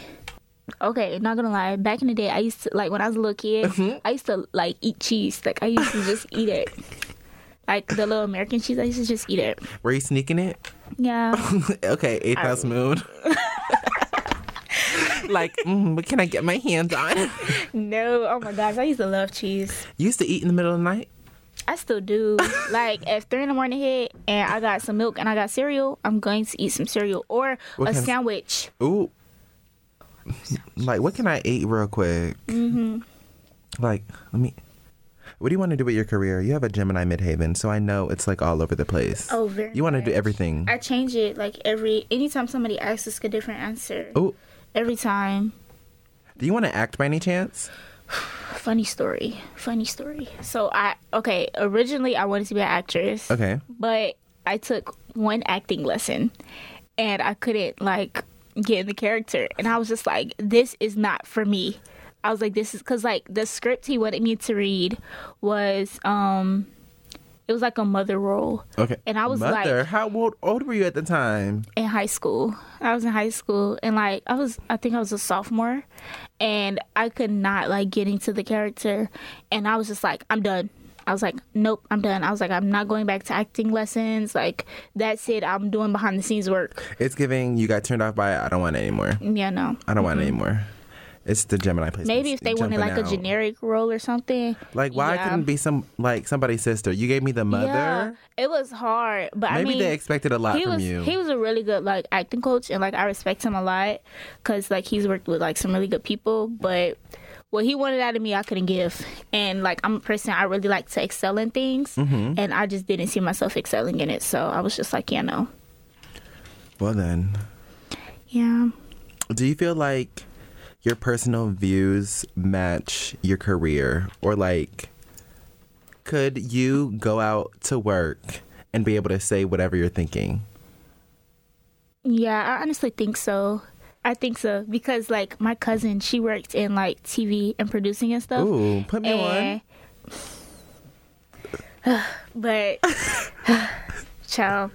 Okay, not gonna lie. Back in the day, I used to like when I was a little kid.
Mm-hmm.
I used to like eat cheese. Like I used to just eat
[LAUGHS]
it, like the little American cheese. I used to just eat it.
Were you [LAUGHS] sneaking it? [LAUGHS]
Yeah,
okay, eighth house mood. [LAUGHS] like, mm, what can I get my hands
[LAUGHS]
on?
No, oh my gosh, I used to love cheese.
You used to eat in the middle of the night?
I still do. Like if three in the morning hit and I got some milk and I got cereal, I'm going to eat some cereal or
What
a
kind of-
sandwich.
Ooh. Like, what can I eat real quick? Mm-hmm. Like, let me. What do you want to do with your career? You have a Gemini Midhaven, so I know it's like all over the place.
Oh, very
You want to do
much.
everything.
I change it like every anytime somebody asks us a different answer.
Ooh.
Every time.
Do you want to act by any chance?
Funny story. Funny story. So I okay, originally I wanted to be an actress.
Okay.
But I took one acting lesson and I couldn't like get in the character and I was just like this is not for me. I was like this is cuz like the script he wanted me to read was um it was like a mother role
Okay.
And I was like-
Mother, how old, old were you at the time?
in high school. I was in high school and like I was I think I was a sophomore and I could not like get into the character and I was just like I'm done. I was like nope, I'm done. I was like I'm not going back to acting lessons. Like that's it. I'm doing behind the scenes work.
It's giving you got turned off by it. I don't want it anymore.
Yeah, no.
I don't want it anymore. It's the Gemini place.
Mm-hmm. Maybe if they wanted like a generic role or something.
Like, why
Yeah.
couldn't it be some like somebody's sister? You gave me the mother.
Yeah, it was hard, but I
Maybe
mean,
they expected a lot
he
from
was
you.
he was a really good like acting coach and like I respect him a lot because like he's worked with like some really good people but what he wanted out of me I couldn't give and like I'm a person I really like to excel in things
Mm-hmm.
and I just didn't see myself excelling in it so I was just like yeah no
well, then,
yeah
do you feel like your personal views match your career, or like, could you go out to work and be able to say whatever you're thinking?
yeah I honestly think so I think so because like my cousin she worked in like TV and producing and stuff
Ooh, put me on.
And- [SIGHS] but child,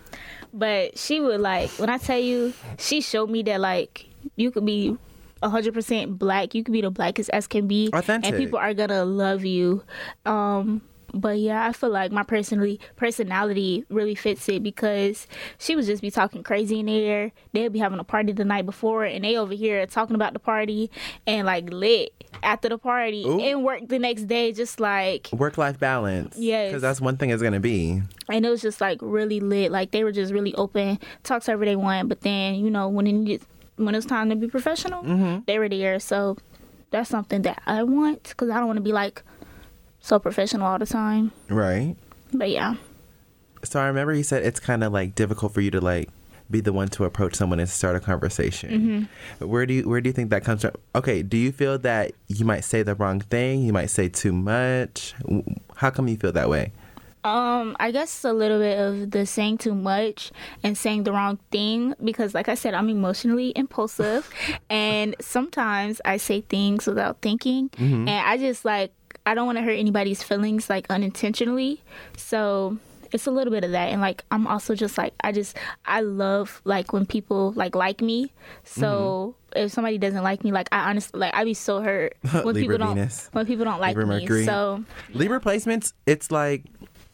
but she would like when I tell you, she showed me that like you could be. 100% black you could be the blackest as can be
Authentic.
and people are gonna love you um but yeah i feel like my personally personality really fits it because she would just be talking crazy in there they'd be having a party the night before and they over here talking about the party and like lit after the party
Ooh.
and work the next day just like
Work life balance.
Yes.
Because that's one thing it's going to be.
and it was just like really lit. Like they were just really open, talk to whoever they want. But then you know when it needed, when it's time to be professional, they were there. So that's something that I want because I don't want to be like so professional all the time.
Right.
But yeah,
So I remember you said it's kind of like difficult for you to like be the one to approach someone and start a conversation. Where do you where do you think that comes from? Okay, do you feel that you might say the wrong thing? You might say too much. W- How come you feel that way?
um, I guess a little bit of the saying too much and saying the wrong thing because, like I said, I'm emotionally
[LAUGHS]
impulsive, and sometimes I say things without thinking,
Mm-hmm.
and I just like I don't want to hurt anybody's feelings like unintentionally, so it's a little bit of that and like i'm also just like i just i love like when people like like me so if somebody doesn't like me like i honestly like i be
[LAUGHS]
so hurt when
Mm-hmm. Libra
people don't
Venus.
when people don't like
Libra
me
Mercury.
so
Libra placements, it's like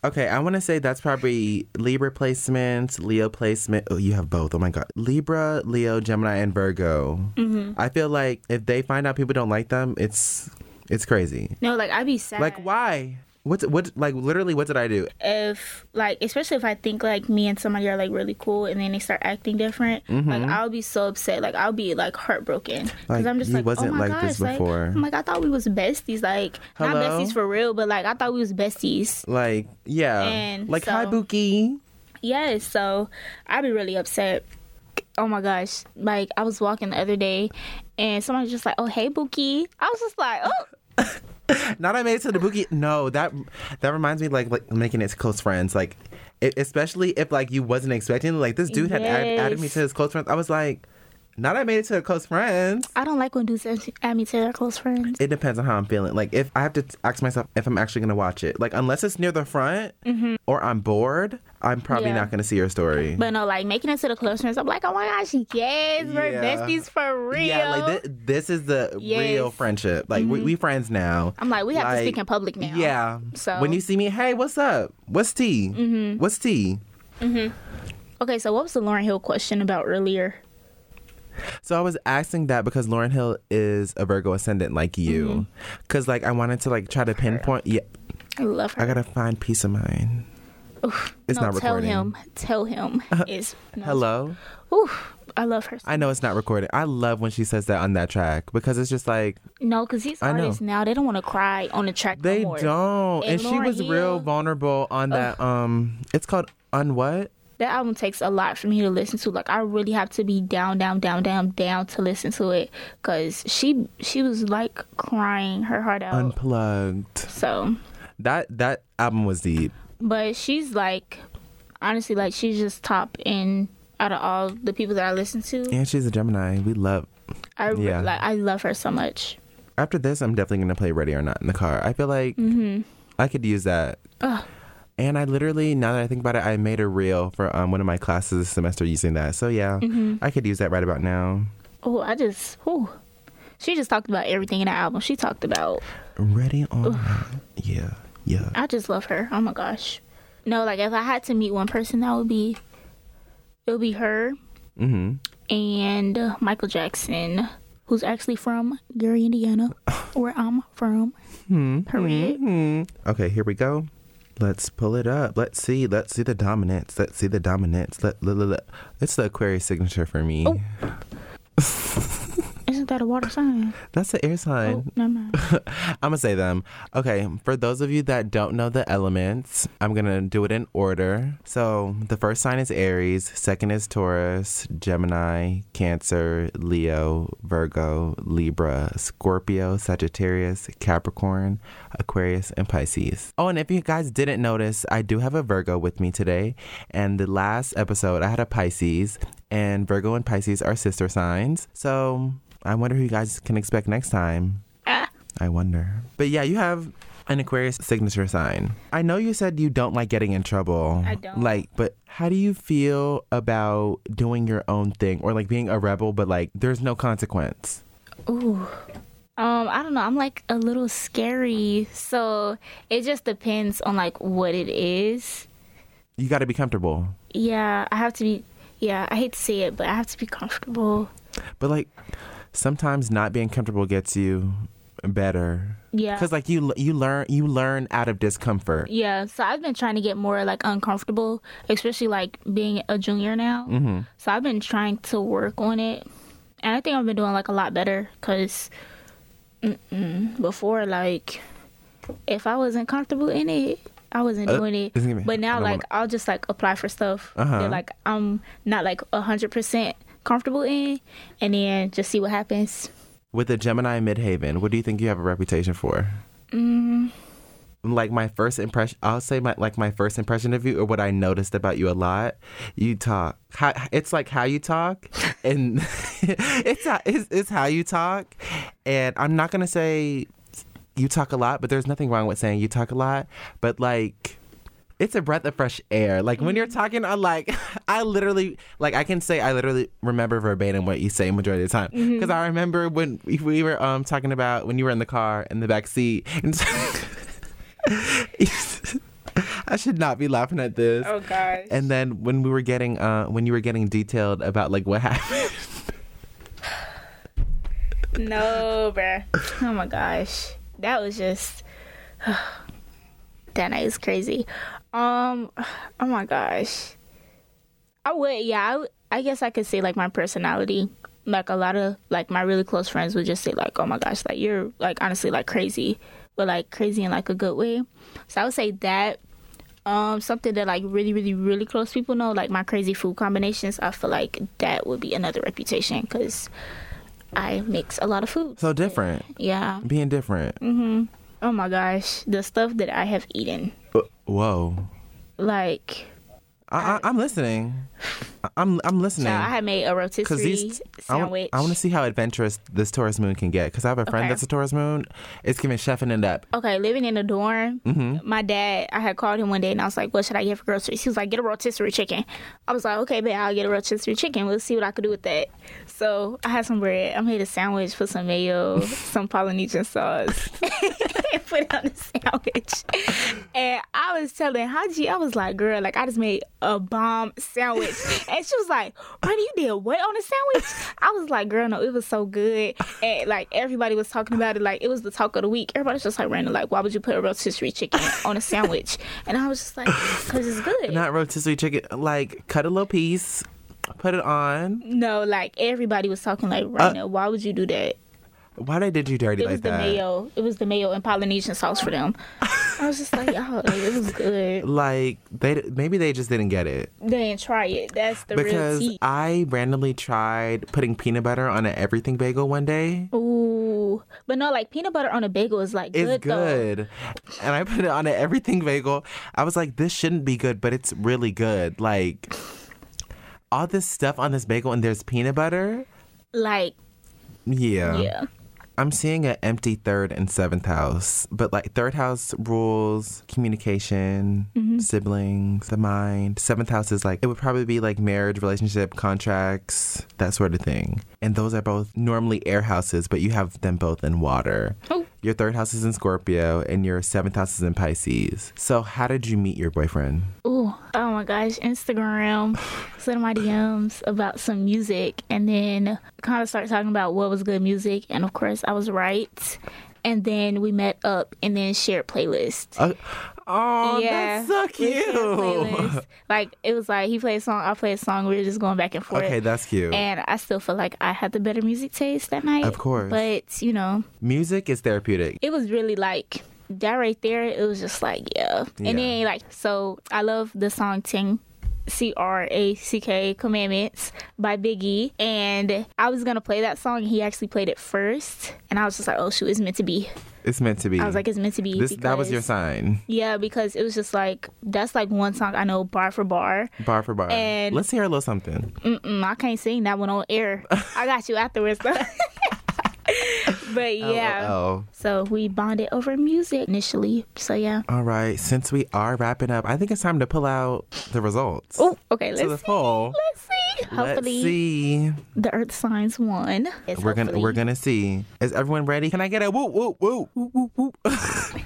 okay, I want to say that's probably Libra placements, Leo placement. Oh, you have both. Oh my god. Libra, Leo, Gemini and Virgo.
Mm-hmm.
I feel like if they find out people don't like them, it's it's crazy.
no like i be sad
Like why? What's what like literally what did I do?
if like especially if I think like me and somebody are like really cool and then they start acting different, like I'll be so upset. Like I'll be like heartbroken because
Mm-hmm. Like,
I'm just
you
like,
wasn't
oh my
like
gosh,
this
like
before.
I'm like I thought we was besties, like not
Hello?
besties for real, but like I thought we was besties.
Like, yeah.
And
like, hi,
so-
Buki.
Yes, so I'd be really upset. Oh my gosh, like I was walking the other day and somebody was just like, oh hey Bookie, I was just like, oh
Not I made it to the Buki. No, that that reminds me, like, like making it to close friends. Like, it, especially if, like, you wasn't expecting. Like, this dude had add, added me
Yes.
to his close friends. I was like, not I made it to the close friends.
I don't like when dudes add me to their close friends.
It depends on how I'm feeling. Like, if I have to ask myself if I'm actually going to watch it. Like, unless it's near the front or I'm bored, I'm probably
Mm-hmm. Yeah.
not going to see your story.
But no, like making it to the close friends, I'm like, oh my gosh, yes, we're
Yeah.
besties for real.
Yeah, like, thi- this is the real
Yes. Mm-hmm.
friendship. Like, we, we friends now.
I'm like, we have to
Like,
speak in public now.
Yeah.
So- Mm-hmm.
when you see me, hey, what's up? What's tea? What's tea?
Okay, so what was the Lauren Hill question about earlier?
So I was asking that because Lauren Hill is a Virgo ascendant like you.
Mm-hmm.
Cuz like I wanted to like try to pinpoint yeah,
I love her.
I got to find peace of mind. It's
no,
not
tell
recording.
him.
[LAUGHS]
Tell him is no,
Hello.
Ooh, I love her.
I know it's not recorded. I love when she says that on that track because it's just like
No, because these
I know.
artists now they don't want to cry on the track. no
they
more.
don't. And,
And
she
Lauryn
was real
Hill-
vulnerable on that um it's called on what?
That album takes a lot for me to listen to. Like I really have to be down, down, down, down, down to listen to it. Cause she she was like crying her heart out.
Unplugged.
so,
That that album was deep.
but she's like, honestly, like she's just top in out of all the people that I listen to.
And she's a Gemini. We love
I re-
Yeah.
like I love her so much.
after this, I'm definitely gonna play Ready or Not in the car. I feel like I could use that.
Mm-hmm. Ugh.
And I literally, now that I think about it, I made a reel for um, one of my classes this semester using that. So yeah,
Mm-hmm.
I could use that right about now.
Oh, I just whew. She just talked about everything in the album. She talked about
Ready or not? Yeah, yeah.
I just love her. Oh my gosh. No, like if I had to meet one person, that would be it would be her
Mm-hmm.
and uh, Michael Jackson, who's actually from
[LAUGHS]
Gary, Indiana, where I'm from.
Hmm.
Period.
Mm-hmm. Okay, here we go. Let's pull it up. Let's see. Let's see the dominance. Let's see the dominance. Let, let, let, let. It's the Aquarius signature for me.
Oh. Isn't that a water sign?
That's the air sign.
Oh, never mind.
I'm gonna say them. Okay, for those of you that don't know the elements, I'm gonna do it in order. So the first sign is Aries, second is Taurus, Gemini, Cancer, Leo, Virgo, Libra, Scorpio, Sagittarius, Capricorn, Aquarius, and Pisces. Oh, and if you guys didn't notice, I do have a Virgo with me today. And the last episode, I had a Pisces, and Virgo and Pisces are sister signs. So I wonder who you guys can expect next time. I wonder. But yeah, you have an Aquarius signature sign. I know you said you don't like getting in trouble.
I don't.
Like, but how do you feel about doing your own thing or like being a rebel, but like there's no consequence?
Ooh. Um, I don't know. I'm like a little scary, so it just depends on like what it is.
You got to be comfortable.
Yeah, I have to be. Yeah, I hate to say it, but I have to be comfortable.
But like sometimes not being comfortable gets you better.
Yeah.
Cuz like you you learn you learn out of discomfort.
Yeah, so I've been trying to get more like uncomfortable, especially like being a junior now. Mm-hmm. So I've been trying to work on it, and I think I've been doing like a lot better because before, like, if I wasn't comfortable in it, I wasn't
Uh,
doing it.
excuse me,
But
I
now,
don't
like,
wanna-
I'll just like apply for stuff
Uh-huh.
that like I'm not like hundred percent comfortable in, and then just see what happens.
With a Gemini Midhaven, what do you think you have a reputation for? Like my first impression, I'll say my like my first impression of you, or what I noticed about you a lot. You talk. How, it's like how you talk, and [LAUGHS] it's, how- it's it's how you talk. And I'm not gonna say you talk a lot, but there's nothing wrong with saying you talk a lot. But like, it's a breath of fresh air. Like when you're talking, I like, [LAUGHS] I literally, like I can say I literally remember verbatim what you say majority of the time because I remember when we- we were um talking about when you were in the car in the back seat. And [LAUGHS] I should not be laughing at this.
Oh, gosh.
And then when we were getting, uh, when you were getting detailed about like what happened, [LAUGHS]
No, bruh. Oh my gosh. That was just. that night was crazy. Um, oh my gosh. I would, yeah, I, would- I guess I could say like my personality. Like a lot of like my really close friends would just say like, oh my gosh, like you're like honestly like crazy, but like crazy in like a good way. So I would say that. Um, something that like really, really, really close people know, like my crazy food combinations. I feel like that would be another reputation because I mix a lot of food.
so different,
Yeah.
being different.
Oh my gosh, the stuff that I have eaten.
Whoa,
Like,
I, I, I'm listening. I- I'm I'm listening.
child, Uh, I had made a rotisserie
I wa-
sandwich.
I want to see how adventurous this Taurus moon can get because I have a friend
Okay.
that's a Taurus moon. It's giving chefing it up.
okay, living in a dorm,
Mm-hmm.
my dad, I had called him one day and I was like, what should I get for groceries? He was like, get a rotisserie chicken. I was like, okay, babe, I'll get a rotisserie chicken. We'll see what I could do with that.
[LAUGHS]
So I had some bread. I made a sandwich, put some mayo, some Polynesian sauce. [LAUGHS] and put on the
[LAUGHS]
sandwich. And I was telling Haji, I was like, girl, like I just made a bomb
[LAUGHS]
sandwich. And she was like, Brenda, you did what on a sandwich? I was like, girl, no, it was so good. And like everybody was talking about it, like it was the talk of the week. Everybody's just like Brandon, like, why would you put a rotisserie chicken on a sandwich? And I was just like, because it's good.
Not rotisserie chicken. Like cut a little piece, put it on.
no, like everybody was talking like, Raina, why would you do that?
Why they did you dirty Uh,
It
like
was the
that?
mayo. It was the mayo and Polynesian sauce
[LAUGHS]
for them. I was just like, y'all, like, it was good.
Like they maybe they just didn't get it
They didn't try it. That's the real
because
tea.
I randomly tried putting peanut butter on an everything bagel one day.
Ooh, but no, like peanut butter on a bagel is like
It's
good, though.
good, and I put it on an everything bagel. I was like, this shouldn't be good, but it's really good. Like all this stuff on this bagel, and there's peanut butter.
Like, yeah,
I'm seeing an empty third and seventh house, but like third house rules communication,
Mm-hmm.
siblings, the mind. Seventh house is like, it would probably be like marriage, relationship, contracts, that sort of thing. And those are both normally air houses, but you have them both in water.
Oh.
Your third house is in Scorpio and your seventh house is in Pisces. So, how did you meet your boyfriend?
Ooh, oh my gosh,
[SIGHS]
Instagram sent my DMs about some music and then kind of started talking about what was good music. And of course, I was right. And then we met up and then shared playlists.
Uh, oh, that's so
we
[LAUGHS]
shared
cute.
playlists. Like, it was like he played a song, I played a song. We were just going back and forth.
Okay, that's cute.
and I still feel like I had the better music taste that night.
Of course.
But, you know,
Music is therapeutic.
it was really like that right there. It was just like yeah,
Yeah.
and then like so I love the song Ting. C R A C K Commandments by Biggie. And I was gonna play that song. He actually played it first. And I was just like, oh shoot, it's meant to be.
It's meant to be.
I was like, it's meant to be.
Hmm. this, that was your
because-
sign.
Yeah, because it was just like, that's like one song I know bar for bar.
Bar for bar.
And-
Let's hear a little something.
Mm-mm, I can't sing that one on air. I got you afterwards though. [LAUGHS] but yeah.
Oh,
So we bonded over music initially. So yeah.
all right. Since we are wrapping up, I think it's time to pull out the results.
Oh, okay.
to the
Let's see.
poll.
Let's see. Hopefully,
Let's see.
the Earth signs won. Yes,
We're gonna
hopefully.
we're gonna see. Is everyone ready? Can I get a whoop whoop whoop whoop whoop whoop? [LAUGHS]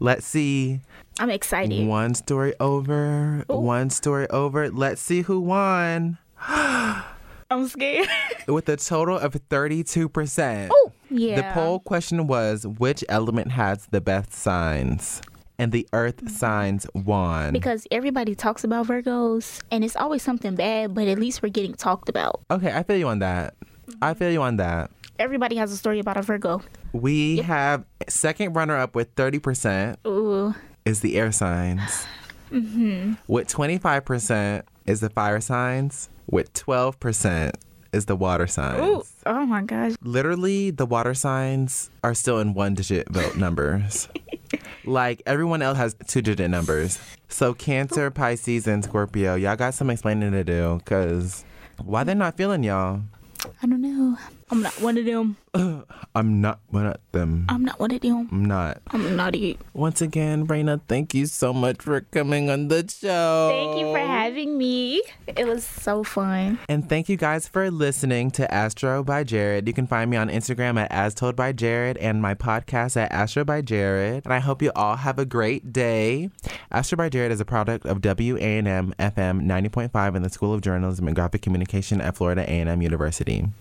Let's see.
I'm excited.
One story over. One story over. Let's see who won
I'm scared. [LAUGHS]
with a total of thirty-two percent.
Oh, yeah.
The poll question was which element has the best signs? And the earth signs won.
Mm-hmm. Because everybody talks about Virgos, and it's always something bad, but at least we're getting talked about.
okay, I feel you on that.
Mm-hmm.
I feel you on that.
Everybody has a story about a Virgo.
We have second runner up with 30%
Ooh,
is the air signs.
[SIGHS] Mm-hmm.
With 25% is the fire signs. With 12% is the water signs.
ooh, oh my gosh!
literally the water signs are still in one digit vote
[LAUGHS]
numbers. like everyone else has two digit numbers. So Cancer, Pisces, and Scorpio, y'all got some explaining to do because why they're not feeling y'all.
I don't know. I'm not one of them.
I'm not one of them.
I'm not one of them.
I'm not.
I'm not it.
Once again, Raina, thank you so much for coming on the show.
Thank you for having me. It was so fun.
And thank you guys for listening to Astro by Jared. You can find me on Instagram at As Told by Jared and my podcast at Astro by Jared. And I hope you all have a great day. Astro by Jared is a product of WANM FM 90.5 and the School of Journalism and Graphic Communication at Florida A&M University.